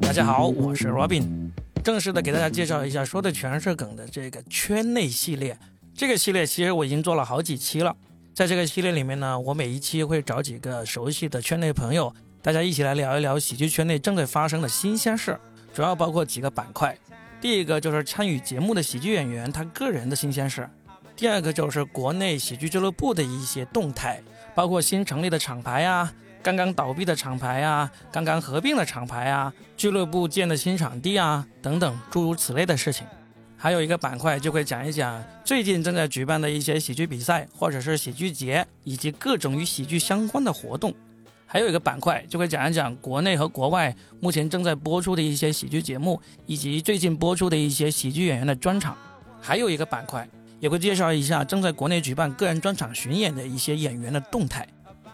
大家好，我是 Robin，正式的给大家介绍一下，说的全是梗的这个圈内系列。这个系列其实我已经做了好几期了，在这个系列里面呢，我每一期会找几个熟悉的圈内朋友，大家一起来聊一聊喜剧圈内正在发生的新鲜事儿，主要包括几个板块。第一个就是参与节目的喜剧演员他个人的新鲜事儿，第二个就是国内喜剧俱乐部的一些动态，包括新成立的厂牌呀、刚刚倒闭的厂牌呀、刚刚合并的厂牌啊呀、俱乐部建的新场地啊等等诸如此类的事情。还有一个板块就会讲一讲最近正在举办的一些喜剧比赛或者是喜剧节，以及各种与喜剧相关的活动。还有一个板块就会讲一讲国内和国外目前正在播出的一些喜剧节目，以及最近播出的一些喜剧演员的专场。还有一个板块也会介绍一下正在国内举办个人专场巡演的一些演员的动态。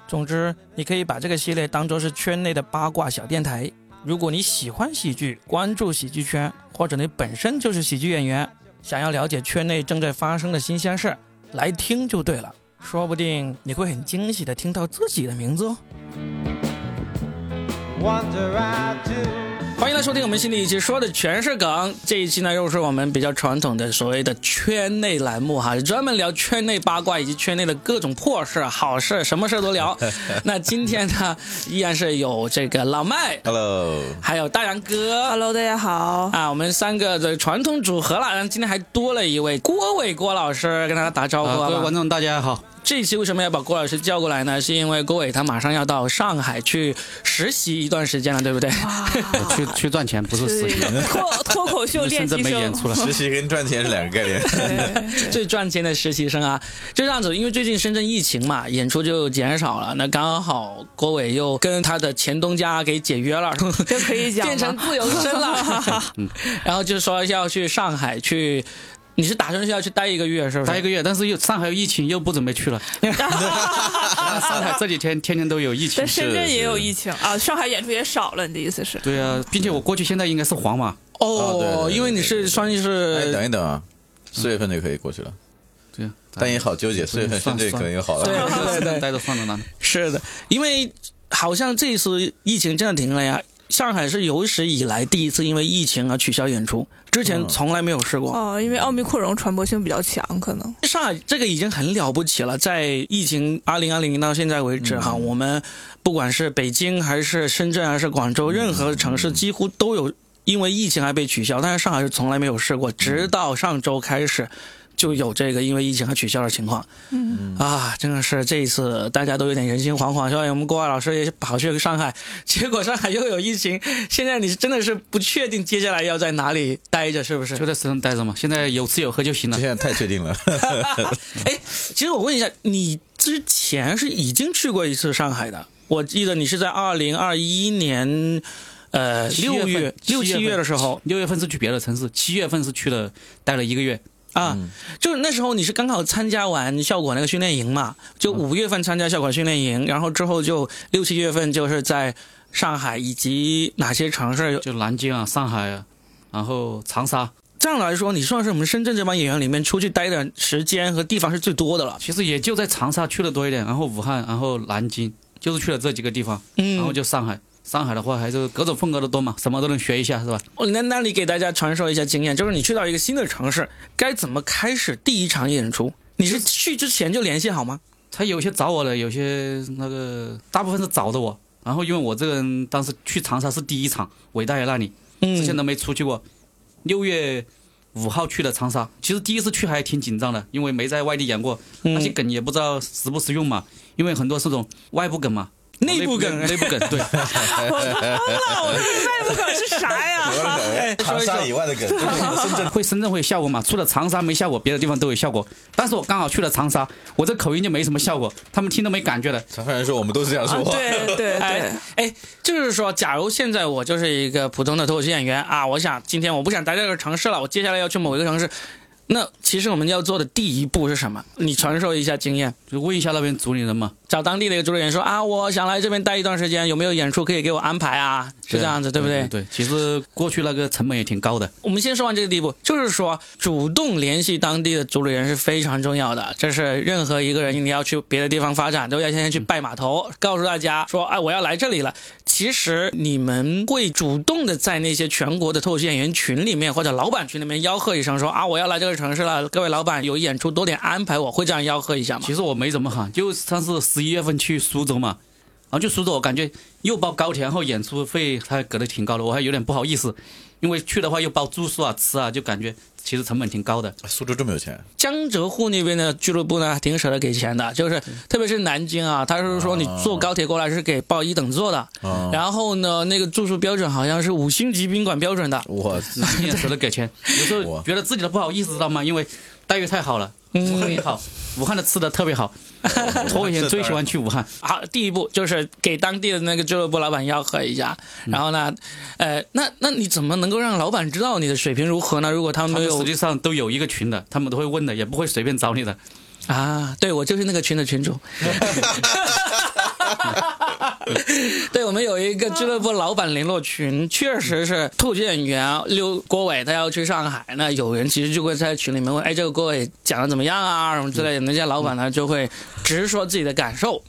总之，你可以把这个系列当做是圈内的八卦小电台。如果你喜欢喜剧，关注喜剧圈，或者你本身就是喜剧演员，想要了解圈内正在发生的新鲜事儿，来听就对了。说不定你会很惊喜的听到自己的名字哦。 Wonder I do. 欢迎来收听我们新的一期，说的全是梗。这一期呢，又是我们比较传统的所谓的圈内栏目哈，专门聊圈内八卦以及圈内的各种破事、好事，什么事都聊。那今天呢，依然是有这个老麦， Hello，还有大杨哥 Hello，大家好。啊，我们三个的传统组合了，然后今天还多了一位郭伟郭老师，跟大家打招呼、啊，好各位吧观众大家好，这一期为什么要把郭老师叫过来呢？是因为郭伟他马上要到上海去实习一段时间了，对不对？ 我去去赚钱，不是实习，对啊脱脱口秀 练真习真没演生， 出来。实习跟赚钱是两个概念。对，最赚钱的实习生啊，就这样子，因为最近深圳疫情嘛，演出就减少了，那刚好郭伟又跟他的前东家给解约了，就可以讲变成吗自由身了，然后就说要去上海去，你是打算是要去待一个月是不是？待一个月，但是又上海有疫情，又不准备 去了。上海这几天天天都有疫情 在。深圳是也有是疫情啊，上海演出也少了。你的意思是？对啊，并且我过去现在应该是黄码，哦对对哦，对因为你对对是对算哎，是等一等啊，四月份就可以过去了，对啊，但 也好纠结，四月份深圳可能又好了。对啊对对待着放着呢。是的，因为好像这次疫情真的停了呀。上海是有史以来第一次因为疫情而啊取消演出，之前从来没有试过。哦，因为奥密克戎传播性比较强，可能上海这个已经很了不起了，在疫情二零二零到现在为止哈，我们不管是北京还是深圳还是广州，任何城市几乎都有因为疫情而被取消，但是上海是从来没有试过，直到上周开始。就有这个因为疫情而取消的情况，嗯啊，真的是这一次大家都有点人心惶惶，哎所以我们郭外老师也跑去上海， 结果上海又有疫情，现在你真的是不确定接下来要在哪里待着，是不是？就在深圳待着嘛，现在有吃有喝就行了 这。现在太确定了，哎，其实我问一下，你之前是已经去过一次上海的？我记得你是在二零二一年，呃，七月六份月六七七月份月的时候六月份是去别的城市，七月份是去了待了一个月。啊，嗯就是那时候你是刚好参加完效果那个训练营嘛，就嗯五月份参加效果训练营，然后之后就六七月份就是在上海以及哪些城市有？就南京啊、上海啊，然后长沙，这样来说，你算是我们深圳这帮演员里面出去待的时间和地方是最多的了。其实也就在长沙去的多一点，然后武汉，然后南京，就是去了这几个地方。嗯，然后就上海，上海的话还是各种风格的多嘛，什么都能学一下，是吧？哦，那那你给大家传授一下经验，就是你去到一个新的城市，该怎么开始第一场演出？你是去之前就联系好吗？他有些找我的，有些那个大部分是找的我。然后因为我这个人当时去长沙是第一场，伟大爷那里，之前嗯，都没出去过。六月五号去的长沙，其实第一次去还挺紧张的，因为没在外地演过，那些嗯梗也不知道实不实用嘛，因为很多是种外部梗嘛，内部梗内部梗， 对，我疯了，我这外部梗是 啥呀？哎长沙以外的梗，深圳会深圳会有效果嘛？除了长沙没效果，别的地方都有效果。但是我刚好去了长沙，我这口音就没什么效果，他们听都没感觉的。长沙人说我们都是这样说话。啊对对对哎，哎，就是说，假如现在我就是一个普通的脱口秀演员啊，我想今天我不想待在这个城市了，我接下来要去某一个城市，那其实我们要做的第一步是什么？你传授一下经验。就问一下那边组里人嘛，找当地的一个主理人说啊，我想来这边待一段时间，有没有演出可以给我安排啊？是这样子，对不对？对，其实过去那个成本也挺高的。我们先说完这个地步，就是说主动联系当地的主理人是非常重要的。这是任何一个人你要去别的地方发展，都要先去拜码头，告诉大家说，哎，我要来这里了。其实你们会主动的在那些全国的脱口秀演员群里面或者老板群里面吆喝一声说啊，我要来这个城市了，各位老板有演出多点安排我，会这样吆喝一下吗？其实我没怎么喊，就上次十一月份去苏州嘛，然后去苏州，我感觉又包高铁，然后演出费它给的挺高的，我还有点不好意思，因为去的话又包住宿啊、吃啊，就感觉其实成本挺高的。 苏州这么有钱，江浙沪那边的俱乐部呢，挺舍得给钱的，就是嗯特别是南京啊，他是说你坐高铁过来是给报一等座的，哦啊嗯然后呢，那个住宿标准好像是五星级宾馆标准的，我自己也舍得给 钱，有时候哇觉得自己都不好意思，知道吗？因为待遇太好了，嗯武汉 也好，武汉的吃的特别好，我以前最喜欢去武汉。好，第一步就是给当地的那个俱乐部老板吆喝一下，嗯然后呢，呃，那那你怎么能够让老板知道你的水平如何呢？如果他们他没们实有际上都有一个群的，他们都会问的，也不会随便找你的。啊，对我就是那个群的群主。对，我们有一个俱乐部老板联络群，确实是兔子演员刘国伟，他要去上海，那有人其实就会在群里面问，哎，这个国伟讲的怎么样啊，什么之类的，那些老板呢就会直说自己的感受，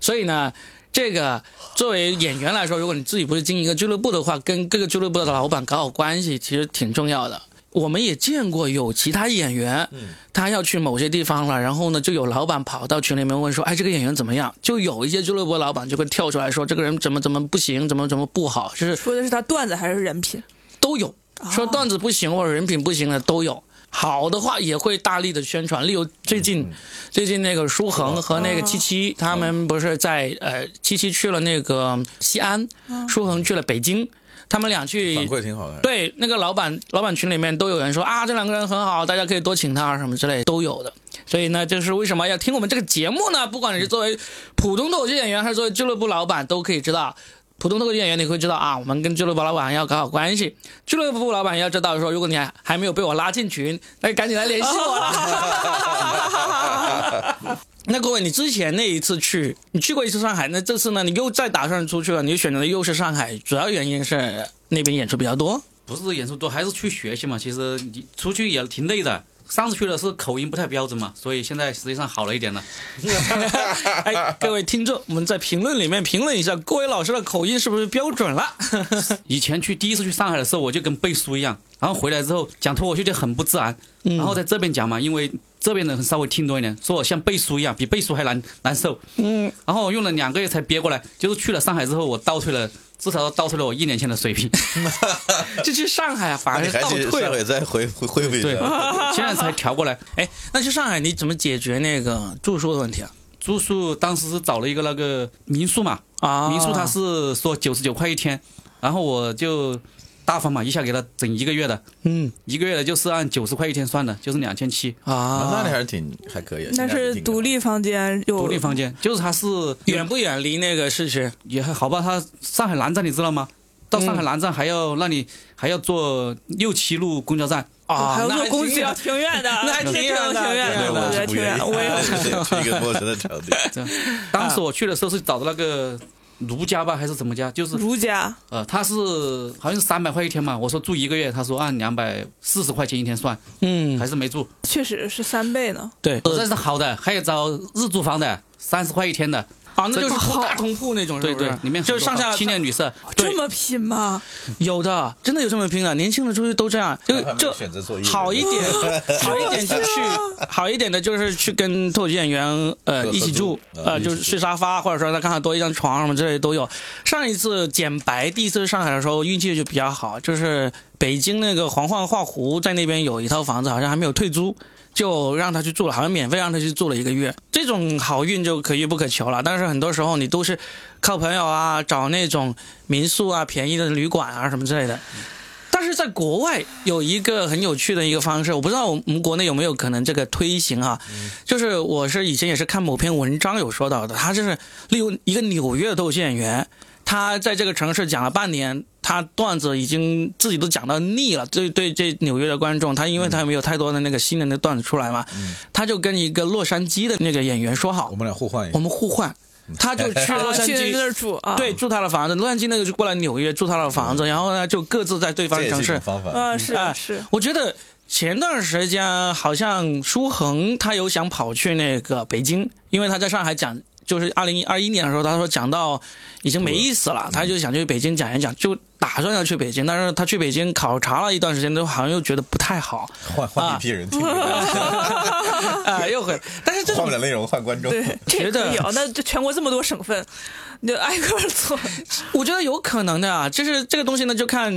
所以呢。这个作为演员来说，如果你自己不是经营一个俱乐部的话，跟各个俱乐部的老板搞好关系，其实挺重要的。我们也见过有其他演员，他要去某些地方了，然后呢，就有老板跑到群里面问说：“哎，这个演员怎么样？”就有一些俱乐部老板就会跳出来说：“这个人怎么怎么不行，怎么怎么不好。”就是说的是他段子还是人品？都有说段子不行或者人品不行的都有。好的话也会大力的宣传，例如最近、最近那个舒恒和那个七七，他们不是在呃七七去了那个西安，舒恒去了北京，他们俩去反馈挺好的。对，那个老板老板群里面都有人说啊，这两个人很好，大家可以多请他什么之类都有的。所以呢，这是为什么要听我们这个节目呢？不管你是作为普通脱口秀演员，还是作为俱乐部老板，都可以知道。普通脱口秀演员，你会知道啊，我们跟俱乐部老板要搞好关系。俱乐部老板要知道说，如果你还还没有被我拉进群，那赶紧来联系我了。 那各位，你之前那一次去，你去过一次上海，那这次呢，你又再打算出去了，你选择的又是上海，主要原因是那边演出比较多。不是演出多，还是去学习嘛。其实你出去也挺累的。上次去的是口音不太标准嘛，所以现在实际上好了一点了。 哎，各位听众，我们在评论里面评论一下，郭伟老师的口音是不是标准了？以前去第一次去上海的时候，我就跟背书一样，然后回来之后讲脱口秀就很不自然。嗯然后在这边讲嘛，因为这边的人稍微听多一点，说我像背书一样，比背书还难难受。嗯，然后我用了两个月才憋过来，就是去了上海之后，我倒退了，至少倒退了我一年前的水平。这去上海啊反那而你是还倒是退上了。回再回回恢复一对 下，，现在才调过来。哎，那去上海你怎么解决那个住宿的问题啊？住宿当时是找了一个那个民宿嘛，啊民宿他是说九十九块一天，然后我就大方嘛，一下给他整一个月的，嗯一个月的就是按九十块一天算的，就是两千七，啊，那你还是挺还可以。那是独立房间，有独立房间，就是他是远不远离那个市区？也还好吧，他上海南站你知道吗？到上海南站还要那里还要坐六七路公交站，啊，哦还有那做公司挺要挺远的，那还挺远的啊那挺远对的，我我是觉得还挺远的。我也是去一个陌生的场地，当时我去的时候是找的那个如家吧还是什么家，就是如家，呃他是好像是三百块一天嘛，我说住一个月，他说按两百四十块钱一天算，嗯，还是呃没住。确实是三倍呢。对，这是好的，还有找日租房的，三十块一天的，啊，那就是好大通铺那种，是对不是对，里面很就多是上下青年旅社，对这么拼吗？有的，真的有这么拼的，年轻的出去都这样，就还没就有选择做艺人好一点，好一点就去， 好一点的就是去跟脱口秀演员呃合一起住，合租呃嗯就是睡沙发，或者说他刚好多一张床什么之类的都有。上一次减白第一次上海的时候运气就比较好，就是北京那个黄焕画湖在那边有一套房子，好像还没有退租。就让他去住了，好像免费让他去住了一个月，这种好运就可遇不可求了。但是很多时候你都是靠朋友啊，找那种民宿啊、便宜的旅馆啊什么之类的。但是在国外有一个很有趣的一个方式，我不知道我们国内有没有可能这个推行啊？嗯就是我是以前也是看某篇文章有说到的，他就是利用一个纽约的脱口秀演员，他在这个城市讲了半年，他段子已经自己都讲到腻了。对对，这纽约的观众，他因为他没有太多的那个嗯新人的段子出来嘛，他就跟一个洛杉矶的那个演员说好我，们俩互换一下我。们互换，他就哎去洛杉去那矶，儿住啊，对，，住他的房子。洛杉矶那个就过来纽约住他的房子，然后呢就各自在对方嗯这也城是一市种。方法。啊是哎是，我觉得前段时间好像舒恒他有想跑去那个北京，因为他在上海讲，就是二零二一年的时候，他说讲到已经没意思了，他就想去北京讲一讲，就打算要去北京，但是他去北京考察了一段时间，都好像又觉得不太好，换换一批人听，啊、又回，但是这换种不了内容，换观 众。对，这觉也得可以啊。那这全国这么多省份，你就挨个儿 做，我觉得有可能的啊，就是这个东西呢，就看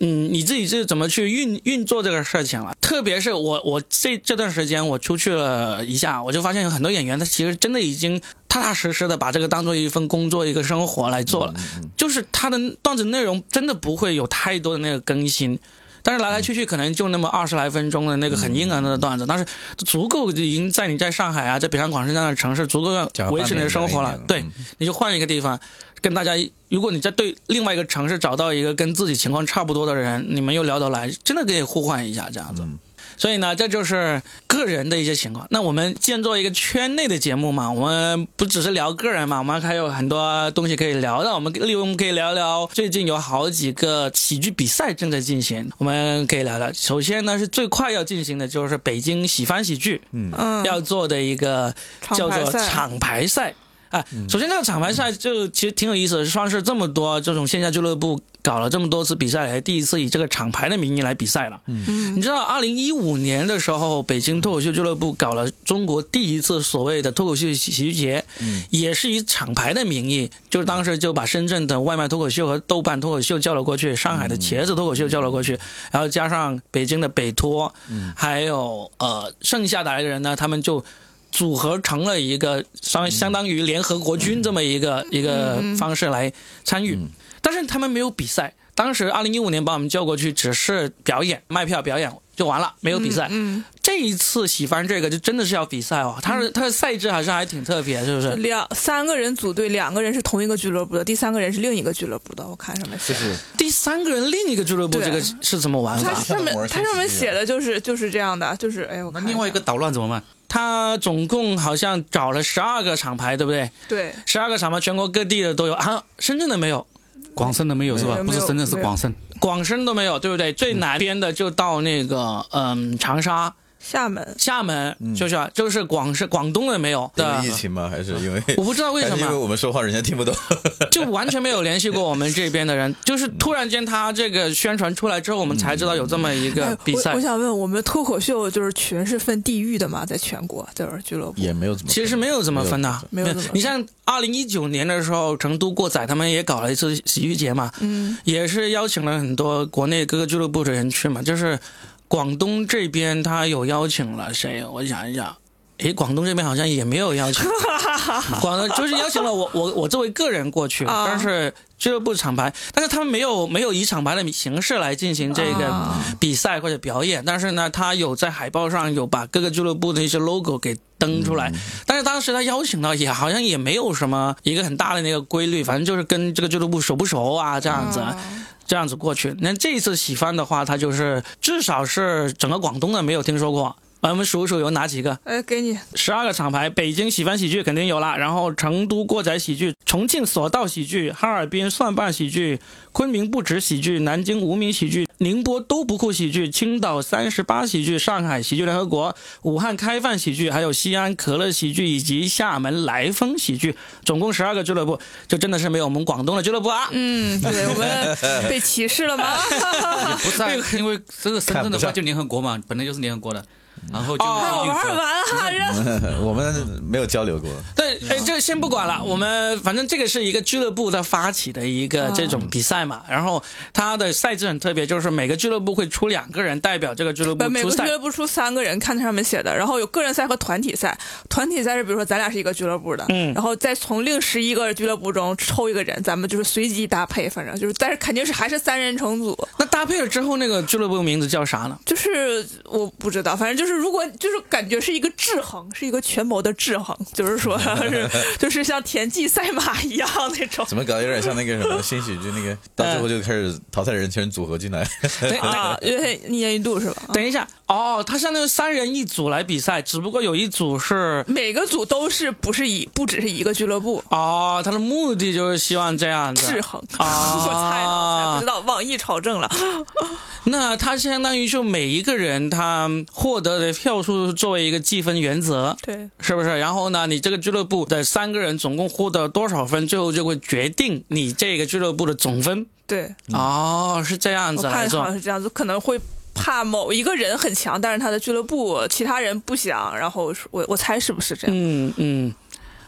嗯你自己是怎么去运运作这个事情了。特别是我我这这段时间我出去了一下，我就发现有很多演员他其实真的已经踏踏实实的把这个当做一份工作、一个生活来做了，就是他的段子内容真的不会有太多的那个更新。但是来来去去可能就那么二十来分钟的那个很硬核的段子，但是足够已经在你在上海啊，在北上广深这样的城市足够让讲维持你的生活方了便。一对点嗯，你就换一个地方，跟大家，如果你在对另外一个城市找到一个跟自己情况差不多的人，你们又聊得来，真的可以互换一下这样子。嗯所以呢，这就是个人的一些情况。那我们既然作为一个圈内的节目嘛，我们不只是聊个人嘛，我们还有很多东西可以聊的。我们例如我们可以聊聊最近有好几个喜剧比赛正在进行，我们可以聊聊。首先呢，是最快要进行的就是北京喜翻喜剧嗯，要做的一个叫厂牌做赛厂牌赛。啊，首先这个厂牌赛就其实挺有意思的，算是这么多这种线下俱乐部搞了这么多次比赛，第一次以这个厂牌的名义来比赛了。嗯，你知道，二零一五年的时候，北京脱口秀俱乐部搞了中国第一次所谓的脱口秀喜剧节，也是以厂牌的名义，就是当时就把深圳的外卖脱口秀和豆瓣脱口秀叫了过去，上海的茄子脱口秀叫了过去，然后加上北京的北托，还有呃剩下的来的人呢，他们就组合成了一个相相当于联合国军这么一个、一个嗯方式来参与，但是他们没有比赛。当时二零一五年把我们叫过去，只是表演卖票表演就完了，没有比赛。嗯，这一次喜欢这个就真的是要比赛哦，它是它的赛制好像还挺特别，是不是？两三个人组队，两个人是同一个俱乐部的，第三个人是另一个俱乐部的。我看上面写的，第三个人另一个俱乐部对这个是怎么玩它法？上面它上面写的就是就是这样的，就是哎，我那看另外一个下捣乱怎么办？他总共好像找了十二个厂牌，对不对？对十二个厂牌，全国各地的都有啊，深圳的没有，广深的没有是吧没？有不是深圳，是没有广深。广深都没有，对不嗯对？最南边的就到那个嗯、长沙、厦门厦门，嗯就是啊就是广深广东的没有因为的疫，情吗？还是因为？啊我不知道为还什是因为么。我们说话人家听不懂。就完全没有联系过我们这边的 人，就是突然间他这个宣传出来之后，我们才知道有这么一哎个呃比赛我我。想问，我们脱口秀就是群是分地域的吗？在全国就是俱乐部也没有怎么其实没有怎么分的，没有怎么分你像二零一九年的时候，成都过载他们也搞了一次喜剧节嘛，嗯，也是邀请了很多国内各个俱乐部的人去嘛，就是广东这边他有邀请了谁？我想一想。诶，广东这边好像也没有邀 请，广东就是邀请了我，我我作为个人过去，啊但是俱乐部厂牌，但是他们没有没有以厂牌的形式来进行这个啊比赛或者表演，但是呢，他有在海报上有把各个俱乐部的一些 logo 给登出来，但是当时他邀请到也好像也没有什么一个很大的那个规律，反正就是跟这个俱乐部熟不熟啊嗯这样子。哦这样子过去，那这一次喜番的话，他就是至少是整个广东的没有听说过。呃我们数一数有哪几个？哎，给你十二个厂牌，北京喜番喜剧肯定有啦，然后成都过载喜剧、重庆索道喜剧、哈尔滨蒜瓣喜剧、昆明不止喜剧、南京无名喜剧、宁波都不酷喜剧、青岛三十八喜剧、上海喜剧联合国、武汉开饭喜剧，还有西安可乐喜剧以及厦门来风喜剧，总共十二个俱乐部，就真的是没有我们广东的俱乐部啊。嗯，对我 们被歧视了吗？不是啊，因为这个深圳看的不话上就联合国嘛，本来就是联合国的，然后就哦好 硬玩儿核。完哈，人 我们没有交流过，对，哎，这个先不管了，嗯我们反正这个是一个俱乐部它发起的一嗯个这种比赛嘛，然后它的赛制很特别，就是每个俱乐部会出两个人代表这个俱乐部不，嗯呃 每出个俱赛。乐部出三个人，看它上面写的，然后有个人赛和团体赛。团体赛是比如说咱俩是一个俱乐部的，嗯然后再从另十一个俱乐部中抽一个人，咱们就是随机搭配，反正就是，但是肯定是还是三人成组，那搭配了之后，那个俱乐部名字叫啥呢？就是我不知道，反正就就是如果就是感觉是一个制衡，是一个权谋的制衡，就是说 是就是像田忌赛马一样那种。怎么搞得有点像那个什么新喜剧那个，到最后就开始淘汰人全组合进 来，啊，因为一年一度是吧？哎等一下，哦，它相当于三人一组来比赛，只不过有一组是。每个组都是不是一不只是一个俱乐部哦，他的目的就是希望这样子制衡，啊 我猜的，我猜不知道，网易朝政了， 那他相当于就每一个人他获得的票数作为一个计分原则，对，是不是？然后呢，你这个俱乐部的三个人总共获得多少分，最后就会决定你这个俱乐部的总分。对，哦，是这样嗯我子看来好做像。是这样子，可能会怕某一个人很强，但是他的俱乐部其他人不想，然后我我猜是不是这样？嗯嗯，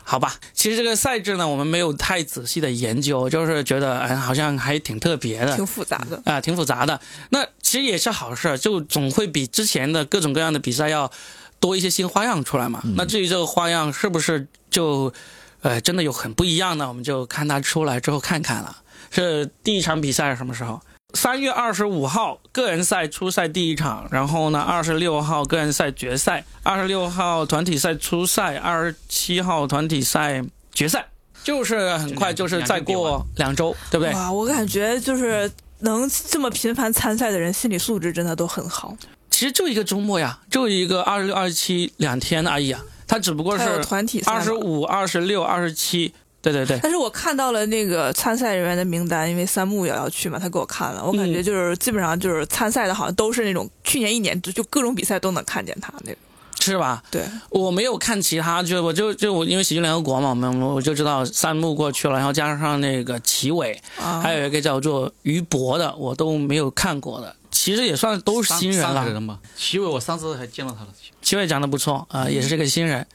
好吧。其实这个赛制呢，我们没有太仔细的研究，就是觉得哎，好像还挺特别的。挺复杂的，啊、挺复杂的。那其实也是好事，就总会比之前的各种各样的比赛要多一些新花样出来嘛。那至于这个花样是不是就，呃，真的有很不一样呢？我们就看它出来之后看看了。是第一场比赛是什么时候？三月二十五号个人赛初赛第一场，然后呢，二十六号个人赛决赛，二十六号团体赛初赛，二十七号团体赛决赛，就是很快就是再过两周，对不对？哇，我感觉就是能这么频繁参赛的人，心理素质真的都很好。其实就一个周末呀，就一个二十六、二十七两天而已啊。它只不过还有是团体赛嘛二十五、二十六、二十七，对对 对，但是我看到了那个参赛人员的名单，因为三木也要去嘛，他给我看了，我感觉嗯就是基本上就是参赛的，好像都是那种去年一年就就各种比赛都能看见他那种。是吧？对，我没有看其他，就我就就我因为喜剧联合国嘛，我们我就知道三木过去了，然后加上那个齐伟，啊，还有一个叫做于博的，我都没有看过的。其实也算都是三新人啊三个了，人嘛，齐伟我上次还见到他了。齐伟讲的不错啊、嗯也是个新人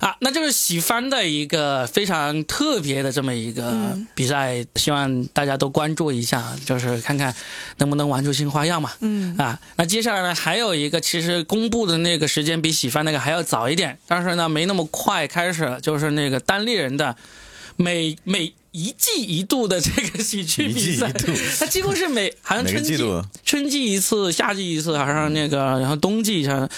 啊。那就是喜番的一个非常特别的这么一个嗯比赛，希望大家都关注一下，就是看看能不能玩出新花样嘛。嗯，啊，那接下来呢，还有一个，其实公布的那个时间比喜番那个还要早一点，但是呢，没那么快开始，就是那个单立人的每每一季一度的这个喜剧一比季赛一，度，它几乎是每好像哪个春季季度？春季一次，夏季一次，好像那个，然后冬季一下。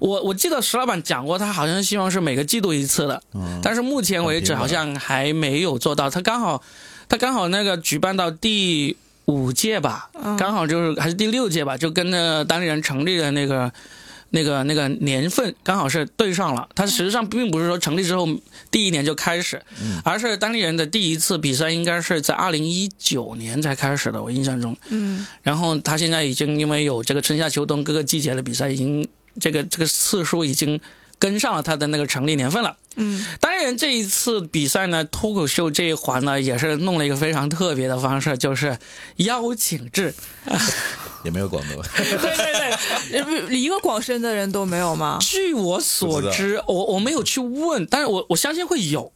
我我记得石老板讲过，他好像希望是每个季度一次的，嗯但是目前为止好像还没有做到。他刚好，他刚好那个举办到第五届吧，刚好就是还是第六届吧，就跟那当地人成立的那个。那个那个年份刚好是对上了，他实际上并不是说成立之后第一年就开始，而是当地人的第一次比赛应该是在二零一九年才开始的，我印象中。嗯，然后他现在已经因为有这个春夏秋冬各个季节的比赛，已经这个这个次数已经跟上了他的那个成立年份了。嗯，当然这一次比赛呢，脱口秀这一环呢，也是弄了一个非常特别的方式，就是邀请制。也没有广东，对对对，呃一个广深的人都没有吗？据我所知，我我没有去问，但是我我相信会有。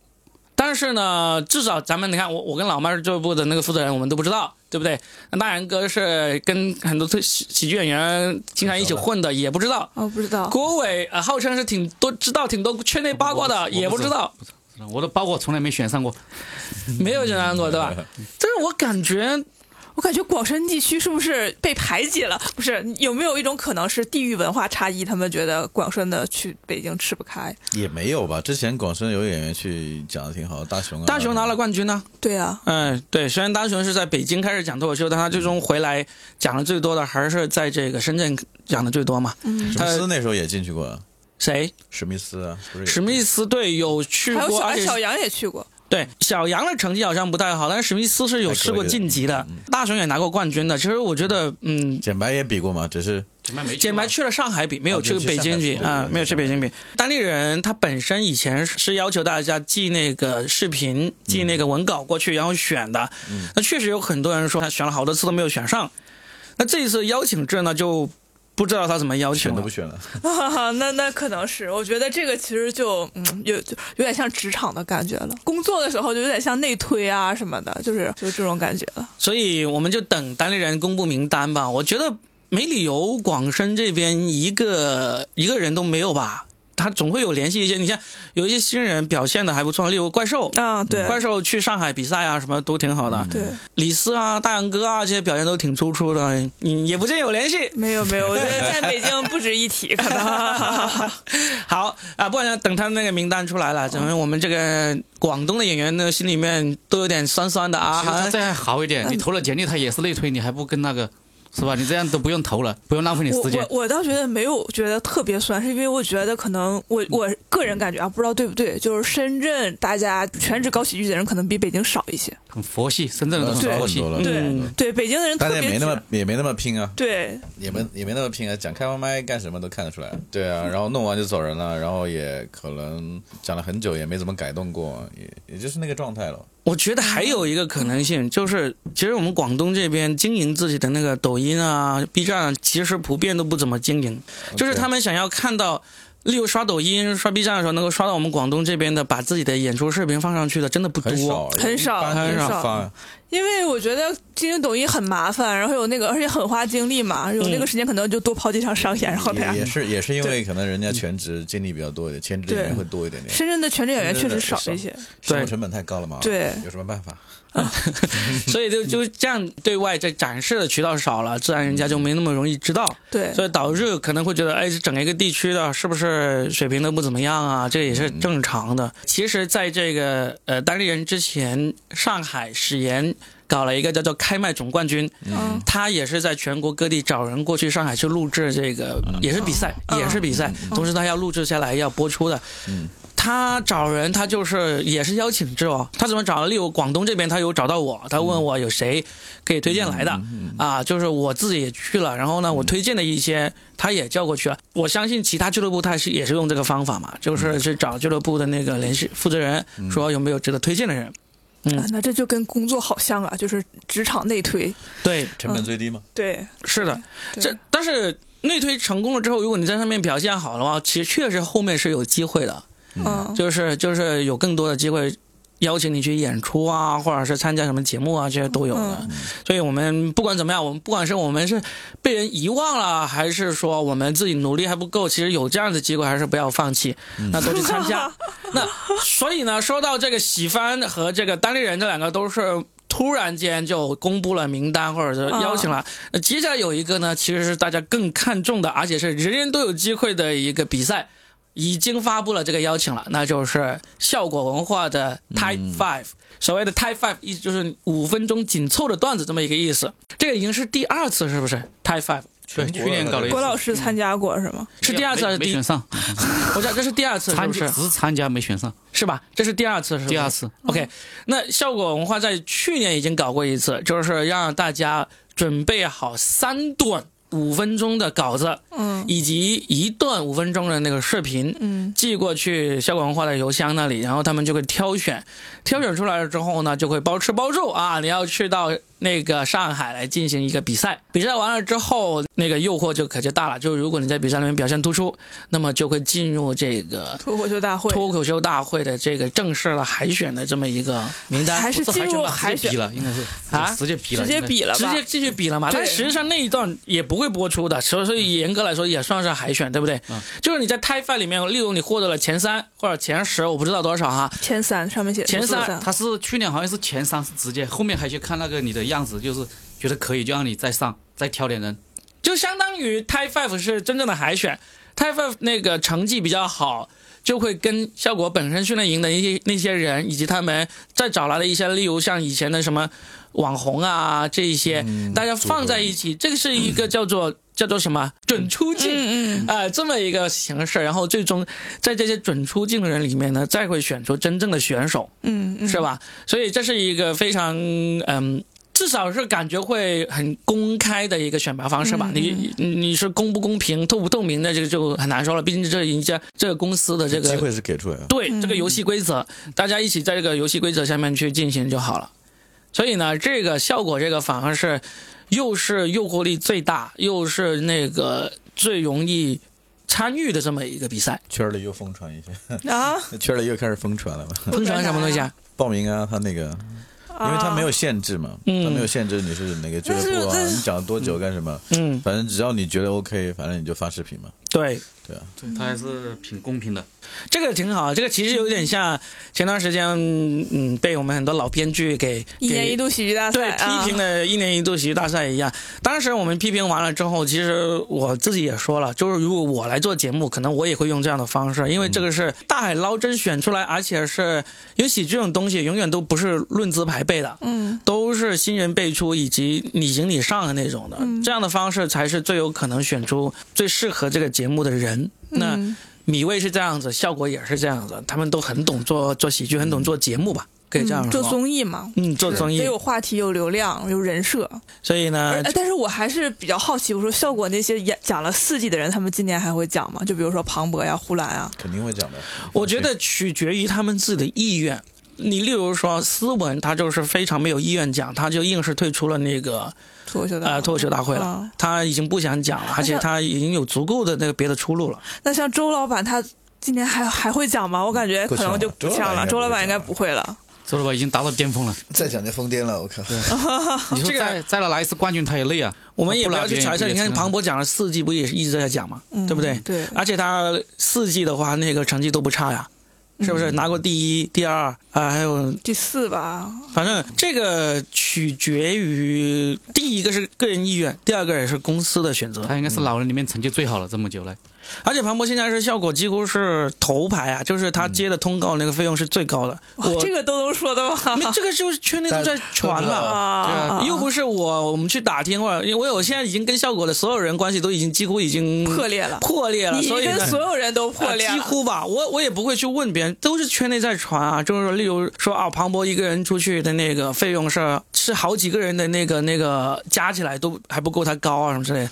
但是呢，至少咱们你看，我我跟老麦俱乐部的那个负责人，我们都不知道，对不对？那大杨哥是跟很多特喜喜剧演员经常一起混的，也不知道。哦，不知道。郭伟啊、呃号称是挺多知道挺多圈内八卦我的，不也不知道，我的包裹从来没选上过，没有人安过，对吧？但是我感觉我感觉广深地区是不是被排挤了？不是，有没有一种可能是地域文化差异？他们觉得广深的去北京吃不开？ 也没有吧？之前广深有演员去讲的挺好，大熊啊，大雄拿了冠军呢、对啊，嗯，对，虽然大雄是在北京开始讲脱口秀，但他最终回来讲的最多的还是在这个深圳讲的最多嘛。史密斯那时候也进去过，啊谁？史密斯啊，不是也史密斯队有去还有过，小而且小杨也去过，对小杨的成绩好像不太好，但是史密斯是有试过晋级的，大雄也拿过冠军的。其实我觉得，嗯，简白也比过嘛，只是简白没简白去了上海比，没有哦去就去北京比上海啊、比没有去北京比。当地人他本身以前是要求大家寄那个视频、寄那嗯个文稿过去，然后选的。那确实有很多人说他选了好多次都没有选上。那这一次邀请制呢，就不知道他怎么邀请选都了不。选了。啊、 那那可能是，我觉得这个其实就嗯，有就有点像职场的感觉了。工作的时候就有点像内推啊什么的，就是就是这种感觉了。所以我们就等当地人公布名单吧。我觉得没理由广深这边一个一个人都没有吧。他总会有联系一些。你像有一些新人表现的还不错，例如怪兽，啊，对嗯怪兽嗯去上海比赛啊，什么都挺好的。嗯对，李斯啊、大杨哥啊，这些表现都挺突出的，嗯，也不见有联系。 没有没有，我觉得在北京不值一提，可 能好啊，不然等他们那个名单出来嗯了，咱们我们这个广东的演员呢，心里面都有点酸酸的啊。其实他还这样好一点，你投了简历，他也是内推，你还不跟那个，是吧？你这样都不用投了，不用浪费你时我间我。我倒觉得没有觉得特别酸，是因为我觉得可能我我个人感觉啊，不知道对不对，就是深圳大家全职搞喜剧的人可能比北京少一些，很佛系，深圳人都 嗯很少佛很系多。了，对、嗯对，北京的人大特家也别没那么卷也没那么拼啊，对也没也没那么拼啊，讲开放麦干什么都看得出来。对啊，然后弄完就走人了，然后也可能讲了很久，也没怎么改动过，也也就是那个状态了。我觉得还有一个可能性，就是其实我们广东这边经营自己的那个抖音啊、B 站，啊，其实普遍都不怎么经营，就是他们想要看到。例如刷抖音、刷 B 站的时候，能够刷到我们广东这边的，把自己的演出视频放上去的，真的不很少多。，很少一般很很少发。因为我觉得经营抖音很麻烦，然后有那个，而且很花精力嘛，有嗯那个时间可能就多跑几场商演，然后大家也也是也是因为可能人家全职精力比较多一点，全职演员会多一点点，深圳的全职演员确实少一些，生活成本太高了嘛。对有什么办法？所以就就这样对外在展示的渠道少了，自然人家就没那么容易知道。对所以导致可能会觉得，哎，整个一个地区的是不是水平都不怎么样啊？这也是嗯正常的。其实，在这个呃单立人之前，上海史岩搞了一个叫做“开麦总冠军”，嗯他也是在全国各地找人过去上海去录制这个，也是比赛，嗯也是比赛，同时他要录制下来要播出的。嗯他找人，他就是也是邀请制哦。他怎么找的？例如广东这边，他有找到我，他问嗯我有谁可以推荐来的、嗯啊，就是我自己也去了，然后嗯呢，我推荐的一些他也叫过去了。我相信其他俱乐部他是也是用这个方法嘛，嗯就是去找俱乐部的那个联系负责人，说有没有值得推荐的人。嗯啊，那这就跟工作好像啊，就是职场内推，对，成本最低嘛。对，是的，对这但是内推成功了之后，如果你在上面表现好的话，其实确实后面是有机会的，嗯，就是就是有更多的机会邀请你去演出啊，或者是参加什么节目啊，这些都有的。嗯所以我们不管怎么样，我们不管是我们是被人遗忘了，还是说我们自己努力还不够，其实有这样的机会还是不要放弃，那多去参加。那所以呢，说到这个喜番和这个单立人这两个都是。突然间就公布了名单，或者是邀请了。那接下来有一个呢，其实是大家更看重的，而且是人人都有机会的一个比赛，已经发布了这个邀请了，那就是效果文化的 Type Five。所谓的 Type Five，意思就是五分钟紧凑的段子这么一个意思。这个已经是第二次，是不是？Type Five 对，去年搞了一郭次，老师参加过是吗？是第二次还是没没第选？上，我知道这是第二次，是参不加是？只是参加没选上，是吧？这是第二次，是不是第二。次。 OK，那效果文化在去年已经搞过一次，就是让大家准备好三段五分钟的稿子，嗯以及一段五分钟的那个视频，嗯寄过去效果文化的邮箱那里，然后他们就会挑选，挑选出来了之后呢，就会包吃包住啊，你要去到那个上海来进行一个比赛，比赛完了之后，那个诱惑就可就大了，就如果你在比赛里面表现突出，那么就会进入这个脱口秀大会，脱口秀大会的这个正式的海选的这么一个名单，还是这进入吧海直接选比，了，应该是啊直接比了，直接应该比了吧？直接继续比了嘛？对嗯但实际上那一段也不会播出的，所以所以严格来说也算是海选，对不对？嗯就是你在 t i f 里面，例如你获得了前三或者前十，我不知道多少哈，前三上面写前三数字他是去年好像是前三是直接，后面还去看那个你的样子，就是觉得可以就让你再上，再挑点人。就相当于 t i Five 是真正的海选 t i Five 那个成绩比较好，就会跟效果本身训练营的一些那些人，以及他们再找来的一些，例如像以前的什么网红啊这一些，嗯大家放在一起，这个是一个叫做、叫做什么准出镜。嗯嗯，啊，这么一个形式，然后最终在这些准出镜的人里面呢，再会选出真正的选手，嗯嗯，是吧？所以这是一个非常嗯。至少是感觉会很公开的一个选拔方式吧，你你你是公不公平、透不透明的，这个就很难说了。毕竟这人家这个公司的这机个会是给出来了。对这个游戏规则，大家一起在这个游戏规则下面去进行就好了。所以呢，这个效果这个反而是又是诱惑力最大，又是那个最容易参与的这么一个比赛。圈里又疯 传一些，啊，圈里又开始疯传了嘛。疯传什么东西啊？报名啊，他那个，啊因为他没有限制嘛，嗯他没有限制你是哪个俱乐但部是啊，但是你讲多久干什么，嗯，反正只要你觉得 OK，反正你就发视频嘛。对，对他还是挺公平的。这个挺好，这个其实有点像前段时间，嗯，被我们很多老编剧给一年一度度喜剧大对赛，啊批评了一年一度喜剧大赛一样。当时我们批评完了之后，其实我自己也说了，就是如果我来做节目，可能我也会用这样的方式，因为这个是大海捞针选出来，而且是因为喜剧这种东西永远都不是论资排辈的，嗯，都是新人辈出以及你行你上的那种的，这样的方式才是最有可能选出最适合这个节目的人。那、嗯米未是这样子，效果也是这样子，他们都很懂做做喜剧，很懂做节目吧，可以这样嗯说。做综艺嘛，嗯，做综艺得，有话题，有流量，有人设。所以呢哎，，但是我还是比较好奇，我说效果那些演讲了四季的人，他们今年还会讲吗？就比如说庞博呀、呼兰啊，肯定会讲的。我觉得取决于他们自己的意愿。你例如说斯文，他就是非常没有意愿讲，他就硬是退出了那个脱口秀的呃脱口秀大会了，嗯他已经不想讲了，而且他已经有足够的那个别的出路了。那像周老板他。今年还还会讲吗？我感觉可能就不像了。周周老老板板应应该该不不会会了。周老板已经达到巅峰 了， 再讲就疯癫了，我靠！你说这个再再来来一次冠军他也累啊。我们也不要去揣测，不了解你看嗯庞博讲了四季，不也是一直在讲吗？嗯对不对？对而且他四季的话，那个成绩都不差呀，是不是？拿过第一、第二啊、还有第四吧，反正这个取决于第一个是个人意愿，第二个也是公司的选择。他应该是老人里面成绩最好了，这么久来。而且庞博现在是效果几乎是头牌啊，就是他接的通告那个费用是最高的。哇我啊这个都能说的吗？没 这个就是圈内都但在传都知道嘛。啊，又不是我，我们去打听或者，因为我有现在已经跟效果的所有人关系都已经几乎已经破裂了，破裂了，你所以跟呢所有人都破裂啊了，嗯几乎吧，我我也不会去问别人，都是圈内在传啊，就是例如说啊，庞博一个人出去的那个费用是是好几个人的那个那个加起来都还不够他高啊什么之类的。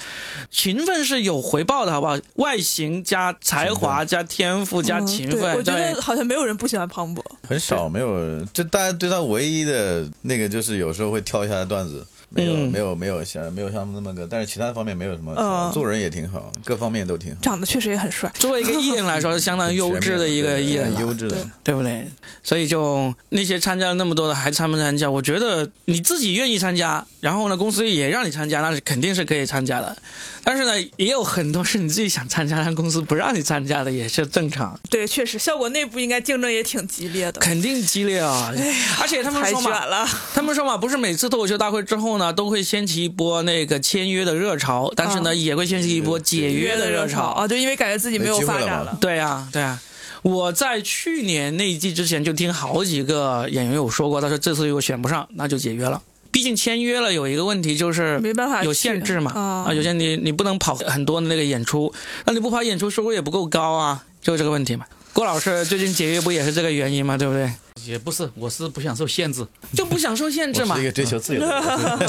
勤奋是有回报的，好不好？外形加才华加天赋加嗯勤对奋，我觉得好像没有人不喜欢庞博。很少没有，就大家对他唯一的那个就是有时候会挑一下的段子，没有、嗯没有没有像没有像那么个，但是其他方面没有什么，嗯做人也挺好，各方面都挺好，长得确实也很帅，作为一个艺人来说，是相当优质的一个艺人很了。优质的。对不对？所以就那些参加了那么多的还参不参加？我觉得你自己愿意参加，然后呢，公司也让你参加，那是肯定是可以参加的。但是呢，也有很多是你自己想参加，但公司不让你参加的，也是正常，对，确实效果内部应该竞争也挺激烈的，肯定激烈啊。而且他们太说卷嘛，了。他们说嘛，不是每次脱口秀大会之后呢，都会掀起一波那个签约的热潮，但是呢，啊也会掀起一波解约的热潮。啊，就因为感觉自己没有发没展机会了嘛了。对啊，对啊。我在去年那一季之前就听好几个演员有说过，他说这次如果选不上，那就解约了。毕竟签约了，有一个问题就是没办法去有限制嘛啊啊，有些你你不能跑很多的那个演出，那你不跑演出收入也不够高啊，就这个问题嘛。郭老师最近解约不也是这个原因嘛，对不 对？也不是，我是不想受限制。就不想受限制我嘛是一，个追求自由的 人，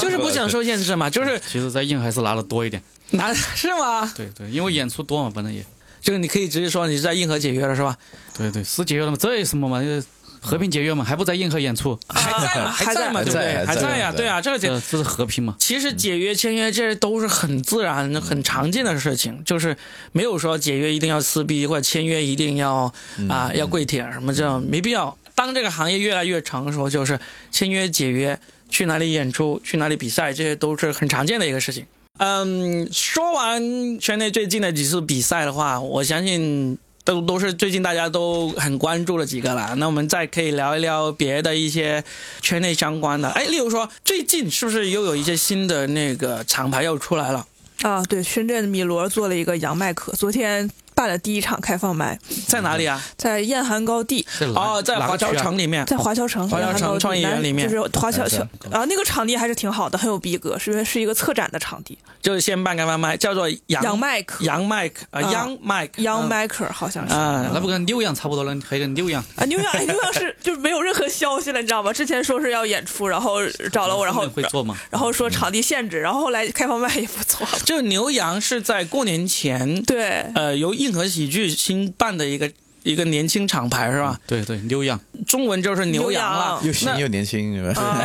就是不想受限制嘛，就是其实，在硬还是拿的多一点。拿是吗？对对，因为演出多嘛，本来也。就是你可以直接说你是在硬核解约了是 吧？对对，是解约了嘛，这有什么嘛？就是和平解约嘛，还不在硬核演出，还在嘛，还在嘛，对还在不对？还在在呀，还在对啊，这个解这这是和平嘛？其实解约、签约这都是很自然、很常见的事情，就是没有说解约一定要撕逼，或者签约一定要啊、要跪舔什么这样，没必要。当这个行业越来越成熟，就是签约、解约、去哪里演出、去哪里比赛，这些都是很常见的一个事情。嗯，说完圈内最近的几次比赛的话，我相信都都是最近大家都很关注的几个了。那我们再可以聊一聊别的一些圈内相关的。哎，例如说，最近是不是又有一些新的那个厂牌又出来了？啊，对，深圳米罗做了一个杨麦克，昨天办了第一场开放麦，在哪里啊？在燕涵高地，在哪哦，在哪华个区侨啊城里面。在华侨城，华侨城燕涵高地创意园里面就是华侨哎是城啊，那个场地还是挺好的，很有逼格，是因为是一个策展的场地。就是先办个外卖，叫做杨杨麦克，杨麦克啊，啊杨麦克杨麦克好像是啊，那不跟六样差不多了，还跟六样。啊，牛羊牛羊是就是没有任何消息了，你知道吗？之前说是要演出，然后找了我，然后会做吗？然后说场地限制，然后后来开放麦也不做了。就牛羊是在过年前，对，呃，由硬核喜剧新办的一个一个年轻厂牌是吧？对对，六样。嗯中文就是牛羊了。 又新又年轻，你们啊，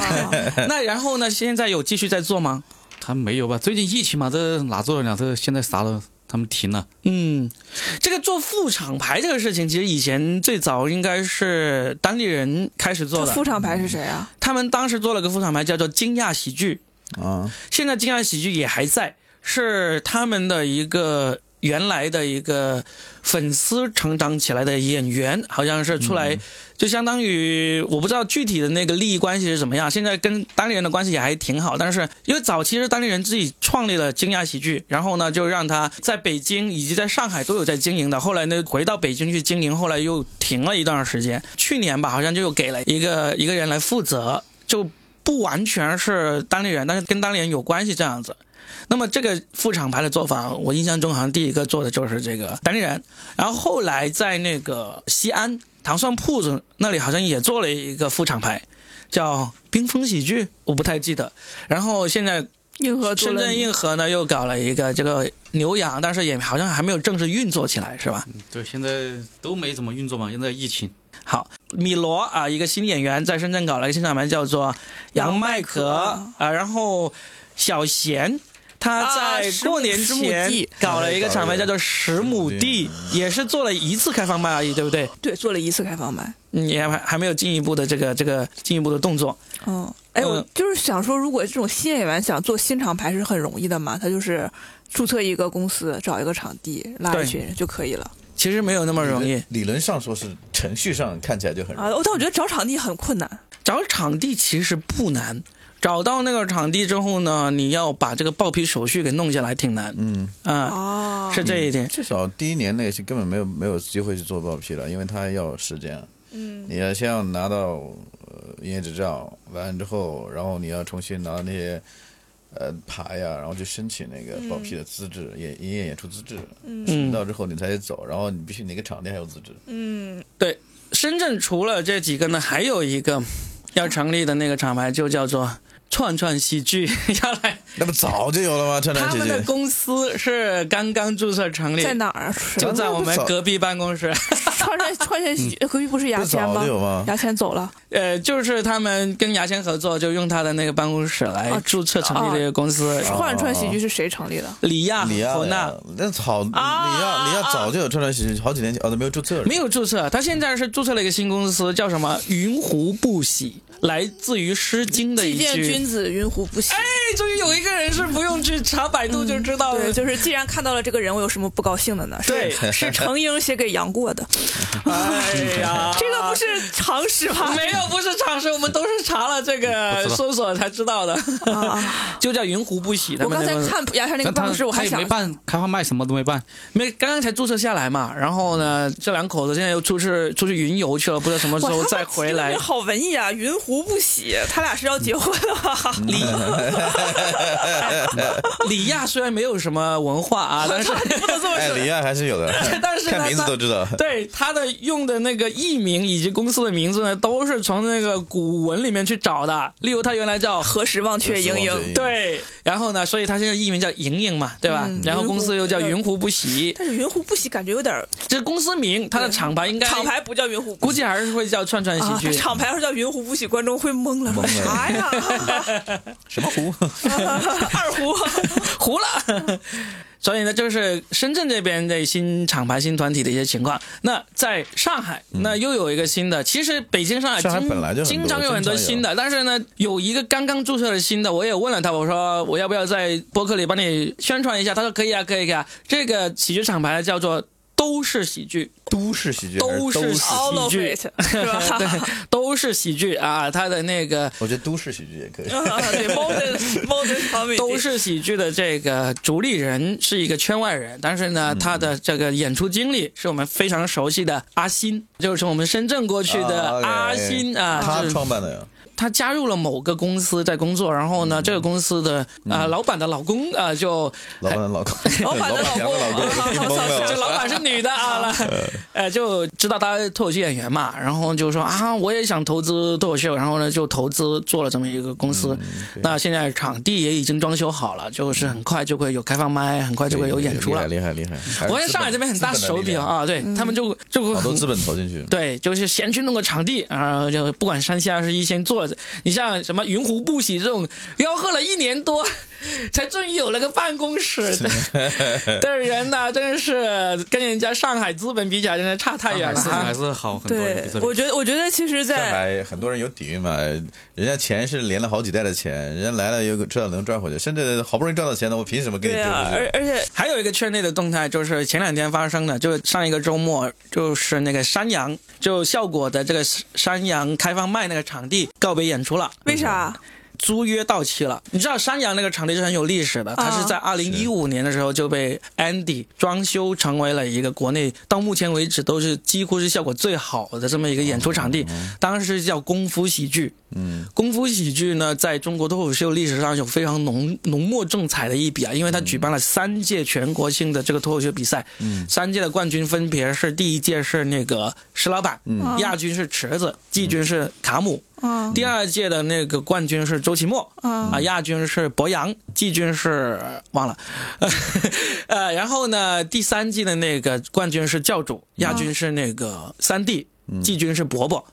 那然后呢？现在有继续在做吗？他没有吧？最近疫情嘛，这哪做得了？这现在啥都他们停了。嗯，这个做副厂牌这个事情，其实以前最早应该是当地人开始做这的。副厂牌是谁啊？他们当时做了个副厂牌，叫做惊讶喜剧。 啊，现在惊讶喜剧也还在，是他们的一个原来的一个粉丝成长起来的演员，好像是出来，就相当于我不知道具体的那个利益关系是怎么样。现在跟当地人的关系也还挺好，但是因为早期是当地人自己创立了惊讶喜剧，然后呢就让他在北京以及在上海都有在经营的。后来呢回到北京去经营，后来又停了一段时间。去年吧，好像就又给了一个一个人来负责，就不完全是当地人，但是跟当地人有关系这样子。那么这个副厂牌的做法，我印象中好像第一个做的就是这个单立人，然后后来在那个西安糖蒜铺子那里好像也做了一个副厂牌，叫冰封喜剧，我不太记得。然后现在嗯硬核多深了圳你硬核呢又搞了一个这个牛羊，但是也好像还没有正式运作起来，是吧？对，现在都没怎么运作嘛，现在疫情。好，米罗啊，一个新演员在深圳搞了一个新厂牌，叫做杨麦壳杨啊，然后小贤。他啊在石过母年石母前地搞了一个厂牌，叫做十亩地，也是做了一次开放麦而已，对不对？对做了一次开放麦。嗯也还还没有进一步的这个这个进一步的动作。嗯，哎，我嗯就是想说，如果这种新演员想做新厂牌是很容易的嘛，他就是注册一个公司，找一个场地，拉对一群人就可以了其实没有那么容易，理论上说是程序上看起来就很容啊。我但我觉得找场地很困难，找场地其实不难，找到那个场地之后呢，你要把这个报批手续给弄下来挺难。嗯啊，哦，是这一点易，。至少第一年内是根本没有没有机会去做报批了，因为他要时间。嗯，你要先要拿到呃营业执照，完了之后，然后你要重新拿到那些呃牌呀，然后去申请那个嗯报批的资质，也营业演出资质。嗯，申哦请到之后你才得走，然后你必须哪个场地还有资质。嗯对，深圳除了这几个呢，还有一个要成立的那个厂牌就叫做串串喜剧， 要来。那不早就有了吗？川川他姐们的姐，公司是刚刚注册成立，在哪儿啊？是 就在嗯我们隔壁办公室。川 川川川喜隔壁不是牙不签早啊吗就？有吗？牙签走了，呃， 就是他们跟牙签合作，就用他的那个办公室来哦注册成立这个公司。串串喜剧哦是谁成立的？李亚李亚呃和纳呀，那好，李亚李亚早就有川川喜剧，好几年前哦，都没有注册。啊没有注册，他现在是注册了一个新公司，叫什么“云湖不喜”，来自于《诗经》的既一见句。君子，云胡不喜。哎，终于有一个人是不用去查百度就知道了，对，就是既然看到了这个人，我有什么不高兴的呢？是 对是程英写给杨过的，哎呀，这个不是常识吧？没有，不是常识，我们都是查了这个搜索才知 道的，就叫云湖不喜。他我们刚才那个看牙签那那个办他公室，我他还也想没办开放麦，什么都没办。没刚刚才注册下来嘛，然后呢，这两口子现在又出去出去云游去了，不知道什么时哇，候他再们回这个来 人。好文艺啊！云胡不喜，他俩是要结婚了吧？李李亚虽然没有什么文化 啊，但是，不能这么哎，说。李亚还是有的但是呢看名字都知道。 对他的用的那个艺名以及公司的名字呢，都是从那个古文里面去找的。例如他原来叫 何时忘却盈盈？对，然后呢，所以他现在艺名叫莹莹嘛，对吧？嗯然后公司又叫云湖不喜，但是云胡不喜感觉有点儿这是公司名，它的厂牌应该厂牌不叫云胡不估喜，计还是会叫串串喜啊，他剧。厂牌要是叫云胡不喜，观众会懵了，说懵了啥呀？什么湖？ 二胡，糊了。所以呢，就是深圳这边的新厂牌、新团体的一些情况。那在上海，那又有一个新的。其实北京、上海嗯上海经本来就很多经常有很多经常有新的，但是呢，有一个刚刚注册的新的，我也问了他，我说我要不要在播客里帮你宣传一下？他说可以啊，可以啊。这个喜剧厂牌叫做都是喜剧，都市喜剧，都市是喜 all of 剧 it，是吧？对，都是喜剧啊。他的那个我觉得都市喜剧也可以。 啊对，modern modern comedy 都是喜剧的这个主理人是一个圈外人，但是嗯呢，他的这个演出经历是我们非常熟悉的阿新，就是从我们深圳过去啊的，OK，阿新啊，他就是创办的呀。他加入了某个公司在工作，然后嗯呢，这个公司的啊老板的老公啊就老板的老公，老板的老娘老老公公，啊你懵 这了。老板是女的啊，呃，就知道他脱口秀演员嘛，然后就说啊，我也想投资脱口秀，然后呢就投资做了这么一个公嗯司。那现在场地也已经装修好了，就是很快就会有开放麦，很快就会有演出了。厉害厉害厉害！我在上海这边很大手笔啊，啊，对他们就就会好多很资本投进去。对，就是先去弄个场地，啊然后就不管山西二十一，先做着。你像什么云湖不喜这种吆喝了一年多， 才终于有了个办公 室。但是人呢，真是跟人家上海资本比起来，真的差太远还了哎是啊还。是好很多的。对比这，里我觉得我觉得其实上在，海很多人有底蕴嘛，人家钱是连了好几代的钱，人家来了有个知道能赚回去，甚至好不容易赚到钱了，我凭什么给你对丢啊，回而去？而且还有一个圈内的动态，就是前两天发生的，就是上一个周末，就是那个山羊，就效果的这个山羊开放麦那个场地告别演出了。为啥？租约到期了。你知道山羊那个场地是很有历史啊的，它是在二零一五年的时候就被 Andy 装修成为了一个国内到目前为止都是几乎是效果最好的这么一个演出场地。当时叫功夫喜剧，哦嗯，功夫喜剧呢，在中国脱口秀历史上有非常浓浓墨重彩的一笔啊，因为它举办了三届全国性的这个脱口秀比赛，嗯三届的冠军分别是第一届是那个石老板，嗯亚军是池子，季军是卡姆，嗯第二届的那个冠军是周奇墨，嗯啊，亚军是博洋，季军是忘了， 呃，然后呢，第三季的那个冠军是教主，亚军是那个三弟，季军是伯伯。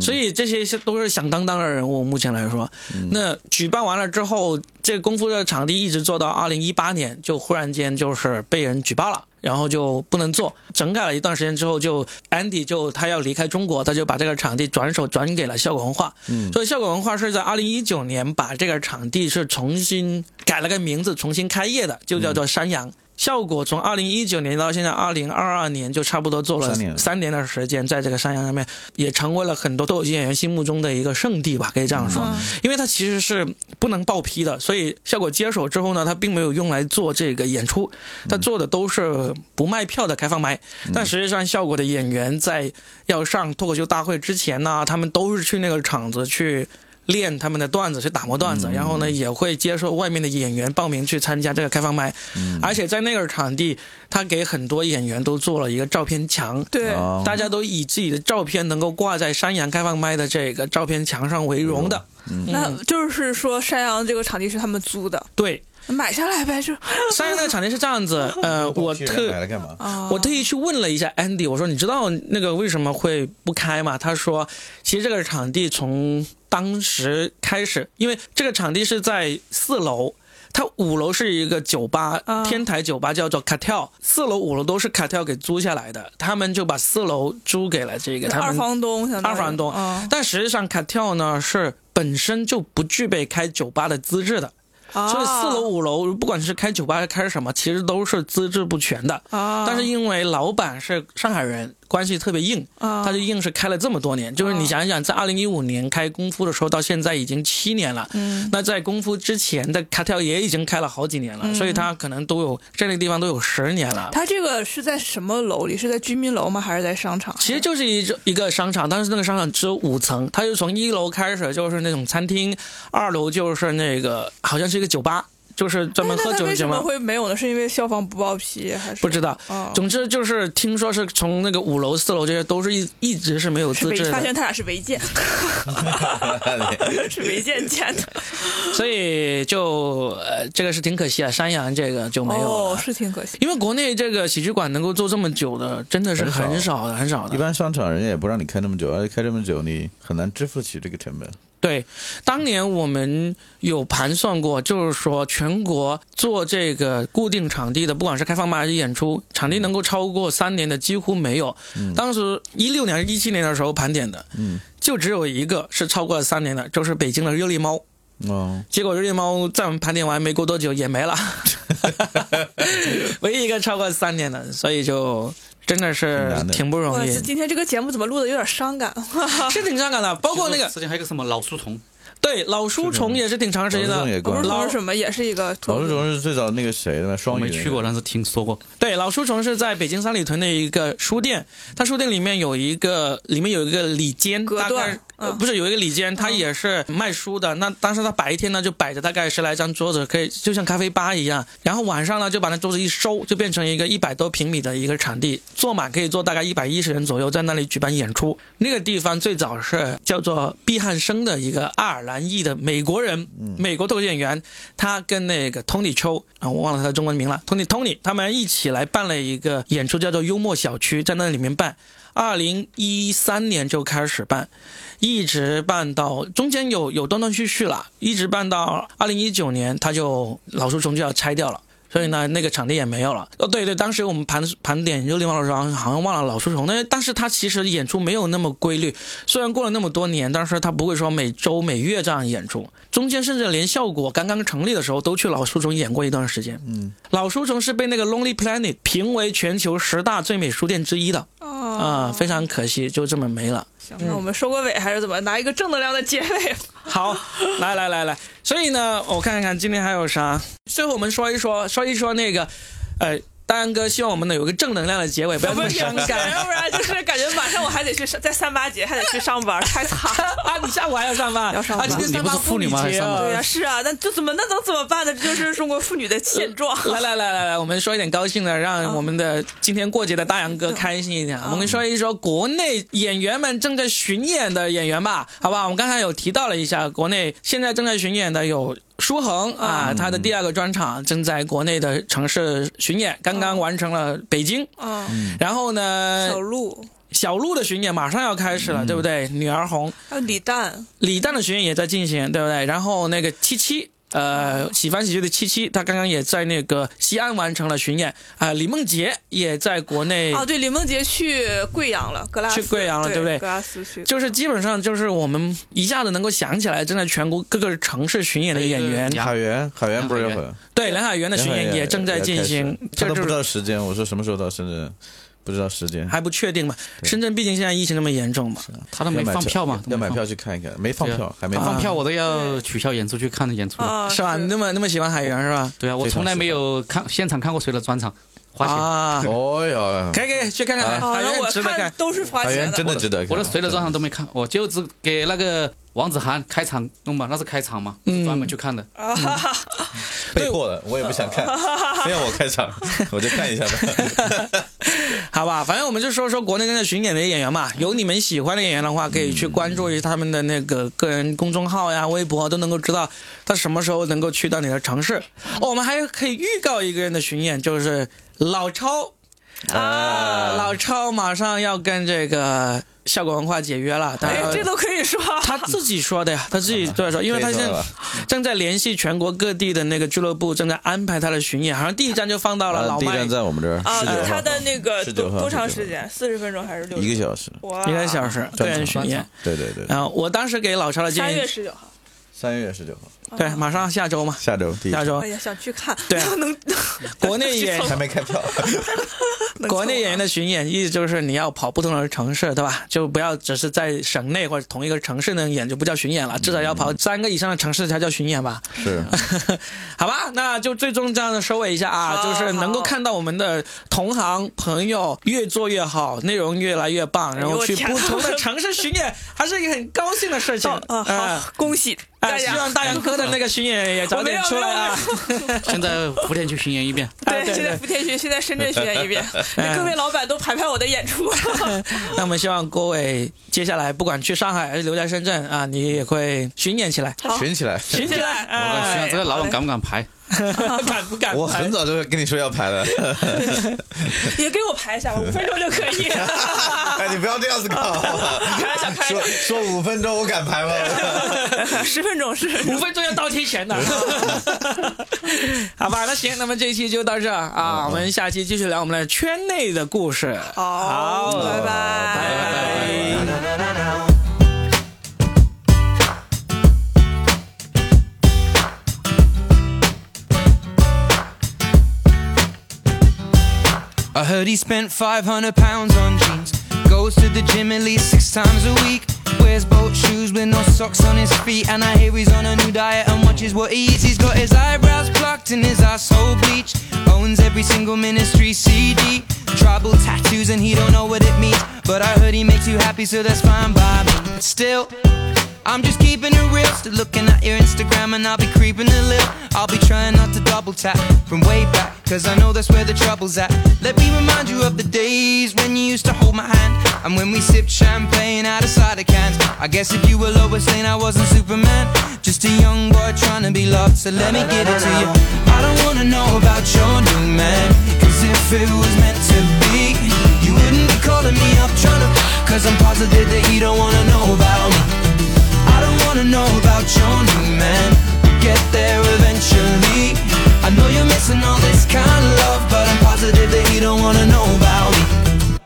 所以这些是都是响当当的人物，目前来说，嗯那举办完了之后，这个功夫的场地一直做到二零一八年，就忽然间就是被人举报了，然后就不能做。整改了一段时间之后就，Andy 就他要离开中国，他就把这个场地转手转给了效果文化。嗯所以效果文化是在二零一九年把这个场地是重新改了个名字，重新开业的，就叫嗯做山羊。效果从二零一九年到现在二零二二年，就差不多做了三年三年的时间，在这个山羊上面，也成为了很多脱口秀演员心目中的一个圣地吧，可以这样说。嗯因为它其实是不能报批的，所以效果接手之后呢，它并没有用来做这个演出，它做的都是不卖票的开放麦。但实际上，效果的演员在要上脱口秀大会之前呢，他们都是去那个场子去。练他们的段子，去打磨段子，然后呢，也会接受外面的演员报名去参加这个开放麦，而且在那个场地，他给很多演员都做了一个照片墙，对，啊大家都以自己的照片能够挂在山羊开放麦的这个照片墙上为荣的。那嗯就是说山羊这个场地是他们租的，对，买下来呗，就山羊那个场地是这样 子，呃，我去人家买特来干嘛？ 啊，我特意去问了一下 Andy，我说你知道那个为什么会不开吗？他说，其实这个场地从当时开始，因为这个场地是在四楼。它五楼是一个酒吧，啊天台酒吧叫做 Cartel，四楼、五楼都是 Cartel 给租下来的，他们就把四楼租给了这个他二们房东，相当于二房东嗯但实际上，Catel 呢是本身就不具备开酒吧的资质的，啊所以四楼、五楼不管是开酒吧还是开什么，其实都是资质不全的。啊，但是因为老板是上海人，关系特别硬，啊他就硬是开了这么多年。就是你哦想一想，在二零一五年开功夫的时候，到现在已经七年了。嗯那在功夫之前的卡跳也已经开了好几年了，嗯所以他可能都有这个地方都有十年了。他这个是在什么楼里？是在居民楼吗？还是在商场？哎其实就是一种一个商场，但是那个商场只有五层，它就从一楼开始就是那种餐厅，二楼就是那个好像是一个酒吧，就是专门那喝那酒为的什酒么 吧。会没有呢？是因为消防不报批还是不知道，哦总之就是听说是从那个五楼、四楼这些都是一一直是没有是资违质发的，现他俩是违建，是 违建建的。所以就呃这个是挺可惜啊，山羊这个就没有哦了，。是挺可惜。因为国内这个喜剧馆能够做这么久的，真的是很很少的，很少的。一般商场人家也不让你开那么久，而且开这么久你很难支付起这个成本。对，当年我们有盘算过，就是说全国做这个固定场地的，不管是开放麦还是演出，场地能够超过三年的几乎没有。当时一六年、一七年的时候盘点的，嗯，就只有一个是超过了三年的，就是北京的热力猫。哦，结果热力猫在我们盘点完没过多久也 没了，唯一一个超过三年的，所以就真的挺是难的挺不容哇，易这，今天这个节目怎么录的有点伤感？是挺伤感的。包括那个之前还有个什么老书童，对老书虫也是挺长时间老书虫的也，我不关了是老说什么，也是一个老师总是最早那个谁的嘛我双语没那个去过，但是听说过。对，老书虫是在北京三里屯的一个书店，它书店里面有一个，里面有一个李间，隔大断概、呃嗯不是有一个李间，他也是卖书的。那当时他白天呢就摆着大概十来张桌子，可以就像咖啡吧一样，然后晚上呢就把那桌子一收，就变成一个一百多平米的一个场地，坐满可以坐大概一百一十人左右，在那里举办演出。那个地方最早是叫做毕汉生的一个爱尔兰南裔的美国人，美国脱口秀演员，他跟那个 Tony Chou 啊，我忘了他的中文名了，Tony Tony，他们一起来办了一个演出，叫做幽默小区，在那里面办。二零一三年就开始办，一直办到中间有有断断续续了，一直办到二零一九年，他就老树丛就要拆掉了。所以呢，那个场地也没有了。哦，对对，当时我们盘盘点《幽灵王老师》，好像好像忘了老树丛，但是但是他其实演出没有那么规律。虽然过了那么多年，但是他不会说每周每月这样演出，中间甚至连效果刚刚成立的时候都去老树丛演过一段时间。嗯，老树丛是被那个 Lonely Planet 评为全球十大最美书店之一的啊、啊非常可惜，就这么没了。行，那我们收个尾还是怎么？拿一个正能量的结尾吧。好，来来来来，所以呢，我看看今天还有啥。最后我们说一说，说一说那个，呃，大安哥希望我们能有个正能量的结尾，不要那么伤感。 要不然就是感觉马上我还得去上，在三八节还得去上班，太惨了。啊，你下午还要上班？要上班啊，今天你三不八是妇女吗节啊还上班 对呀、是啊，那就怎么那能怎么办呢？这就是中国妇女的现状。 来来来来来，我们说一点高兴的，让我们的今天过节的大杨哥开心一点。我们说一说国内演员们正在巡演的演员吧，好吧？我们刚才有提到了一下，国内现在正在巡演的有舒恒啊，他的第二个专场正在国内的城市巡演，刚刚完成了北京。 嗯，然后呢小，鹿小鹿的巡演马上要开始了，对不对？女儿红，还有李诞，李诞的巡演也在进行，对不对？然后那个七七，呃，喜欢喜剧的七七，他刚刚也在那个西安完成了巡演啊、李梦洁也在国内，哦，对，李梦洁去贵阳了，格拉斯哎去贵阳了对对不对格拉斯去，就是基本上就是我们一下子能够想起来，正在全国各个城市巡演的演员，对海源，海源不是海有源很，对，梁海源的巡演也正在进行，他这都就不知是道时间。我说什么时候到深圳，不知道时间。还不确定嘛。深圳毕竟现在疫情那么严重嘛，他都没要买放票嘛，要买都没票去看一看，没放对啊票，还没放，没放放。票我都要取消演出去看演出了。啊，是吧？你那么那么喜嗯欢海源是吧？对啊，我非常从来喜没有看现场看过谁的专场，花钱。啊， 哦哟，可以可以去看看啊啊，海那源我值得看看。都是花海钱源的真。的值得看。我的谁的专场都没看，我就只给那个王子涵开场弄嘛，那是开场嘛，就专门去看的。啊哈哈， 被迫的，我也不想 看，非让我开场， 我就看一下吧。 好吧，反正我们就说说国内正在巡演的演员嘛，有你们喜欢的演员的话，可以去关注一下他们的那个个人公众号呀、微博，都能够知道他什么时候能够去到你的城市。哦，我们还可以预告一个人的巡演，就是老超啊，老超马上要跟这个效果文化解约了，他哎，这都可以说。他自己说的呀，他自己对说， 因为他现可以说在了正在联系全国各地的那个俱乐部，正在安排他的巡演，好像第一站就放到了老地麦啊站在我们这儿，啊， 19号他的那个多19号多长时间？四十分钟还是六？一个小时，哇，一个小时个人巡演。对对对，然后我当时给老超的建三议月，十九号。三月十九号，对，马上下周嘛，下周第一下场周哎呀，想去看，哦对啊 能国内 演还没 开票，能国内凑演员的巡演，意思就是你要跑不同的城市，对吧？就不要只是在省内或者同一个城市能演，就不叫巡演嗯了，至少要跑三个以上的城市才叫巡演吧？是 好吧，那就最终这样的收尾一下啊，好就是能够看到我们的同行朋友越做越好，内容越来越棒，然哎呦后我去天不同的城市巡演，还是一个很高兴的事情。到啊，嗯好，恭喜哎，大希家！望大杨哥的那个巡演也早点出来啊！现在福田去巡演一遍，哎对，现在福田巡，现在深圳巡 演一遍，嗯各位老板都排排我的演出。那我们希望各位接下来不管去上海还是留在深圳啊，你也会巡演起来，好 群起来。巡起来！我看希哎望这个老板敢不敢排？ 敢不敢？我很早就跟你说要排了，也给我排一下，五分钟就可以。 哎，你不要这样子搞，啊开玩笑，开说玩说五分钟，我敢排吗？笑，十分钟，十分钟五。分钟要倒贴钱的， 好吧，那行，那么这一期就到这儿啊，我们下期继续聊我们的圈内的故事。好，拜拜。 I heard he spent 500 pounds on jeans. Goes to the gym at least six times a week. Wears boat shoes with no socks on his feet. And I hear he's on a new diet and watches what he eats. He's got his eyebrows plucked and his asshole bleached. Owns every single ministry CD. Tribal tattoos and he don't know what it means. But I heard he makes you happy, so that's fine by me. Still. I'm just keeping it real. Still looking at your Instagram and I'll be creeping a little. I'll be trying not to double tap from way back, cause I know that's where the trouble's at. Let me remind you of the days when you used to hold my hand and when we sipped champagne out of cider cans. I guess if you were Lois Lane, I wasn't Superman. Just a young boy trying to be loved, so let me get it to you. I don't wanna know about your new man, cause if it was meant to be, you wouldn't be calling me up trying to. Cause I'm positive that you don't wanna know about me. I don't wanna know about your new man. We'll get there eventually. I know you're missing all this kind of love, but I'm positive that you don't wanna know about me.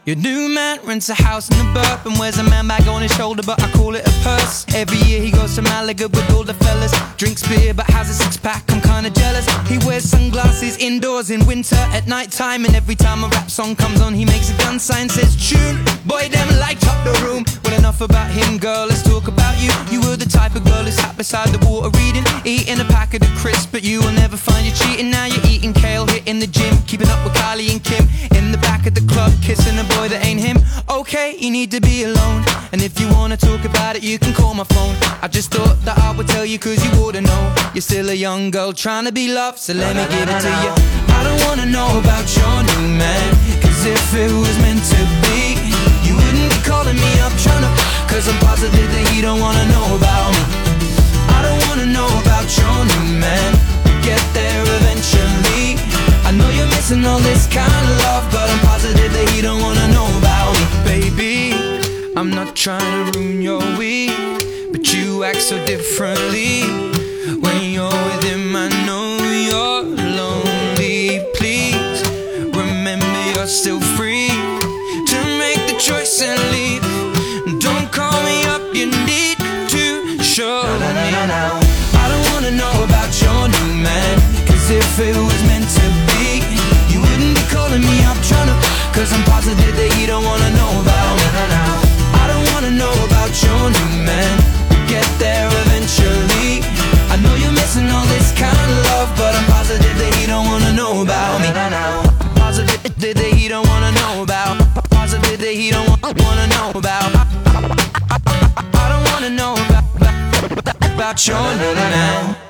Your new man rents a house in the burp and wears a man bag on his shoulder, but I call it a purse. Every year he goes to Malaga with all the fellas. Drinks beer but has a six pack, I'm kinda jealous. He wears sunglasses indoors in winter at night time, and every time a rap song comes on, he makes a gun sign, says tune. Boy, damn light up the room. Well, enough about him, girl, let's talk about you. You were the type of girl who sat beside the water reading, eating a packet of crisps, but you will never find you cheating. Now you're eating kale, hitting the gym, keeping up with Kylie and Kim. In the back of the club, kissing a boy that ain't him. Okay, you need to be alone. And if you wanna talk about it, you can call my phone. I just thought that I would tell you, cause you oughta know. You're still a young girl trying to be loved, so let me give it to you. I don't wanna know about your new man, cause if it was meant to be, you wouldn't be calling me up trying to. Cause I'm positive that you don't wanna know about me. I don't wanna know about your new man. We'll get there eventually. I know you're missing all this kind of love, but I'm positive that you don't wanna know about me, baby. I'm not trying to ruin your week, but you act so differently. When you're with him, I know you're lonely. Please remember you're still free to make the choice and leave. Don't call me up, you need to show me. I don't wanna know about your new man, cause if it was meant to be, you wouldn't be calling me up trying to. Cause I'm positive that you don't wanna know about me. I don't wanna know about your new man, we'll get there eventually. I know you're missing all this kind of love, but I'm positive that you don't wanna know about me. Positive that he don't wanna know about. Positive that he don't wa- wanna know about. I, I- I- I don't wanna know about, about, about your new man.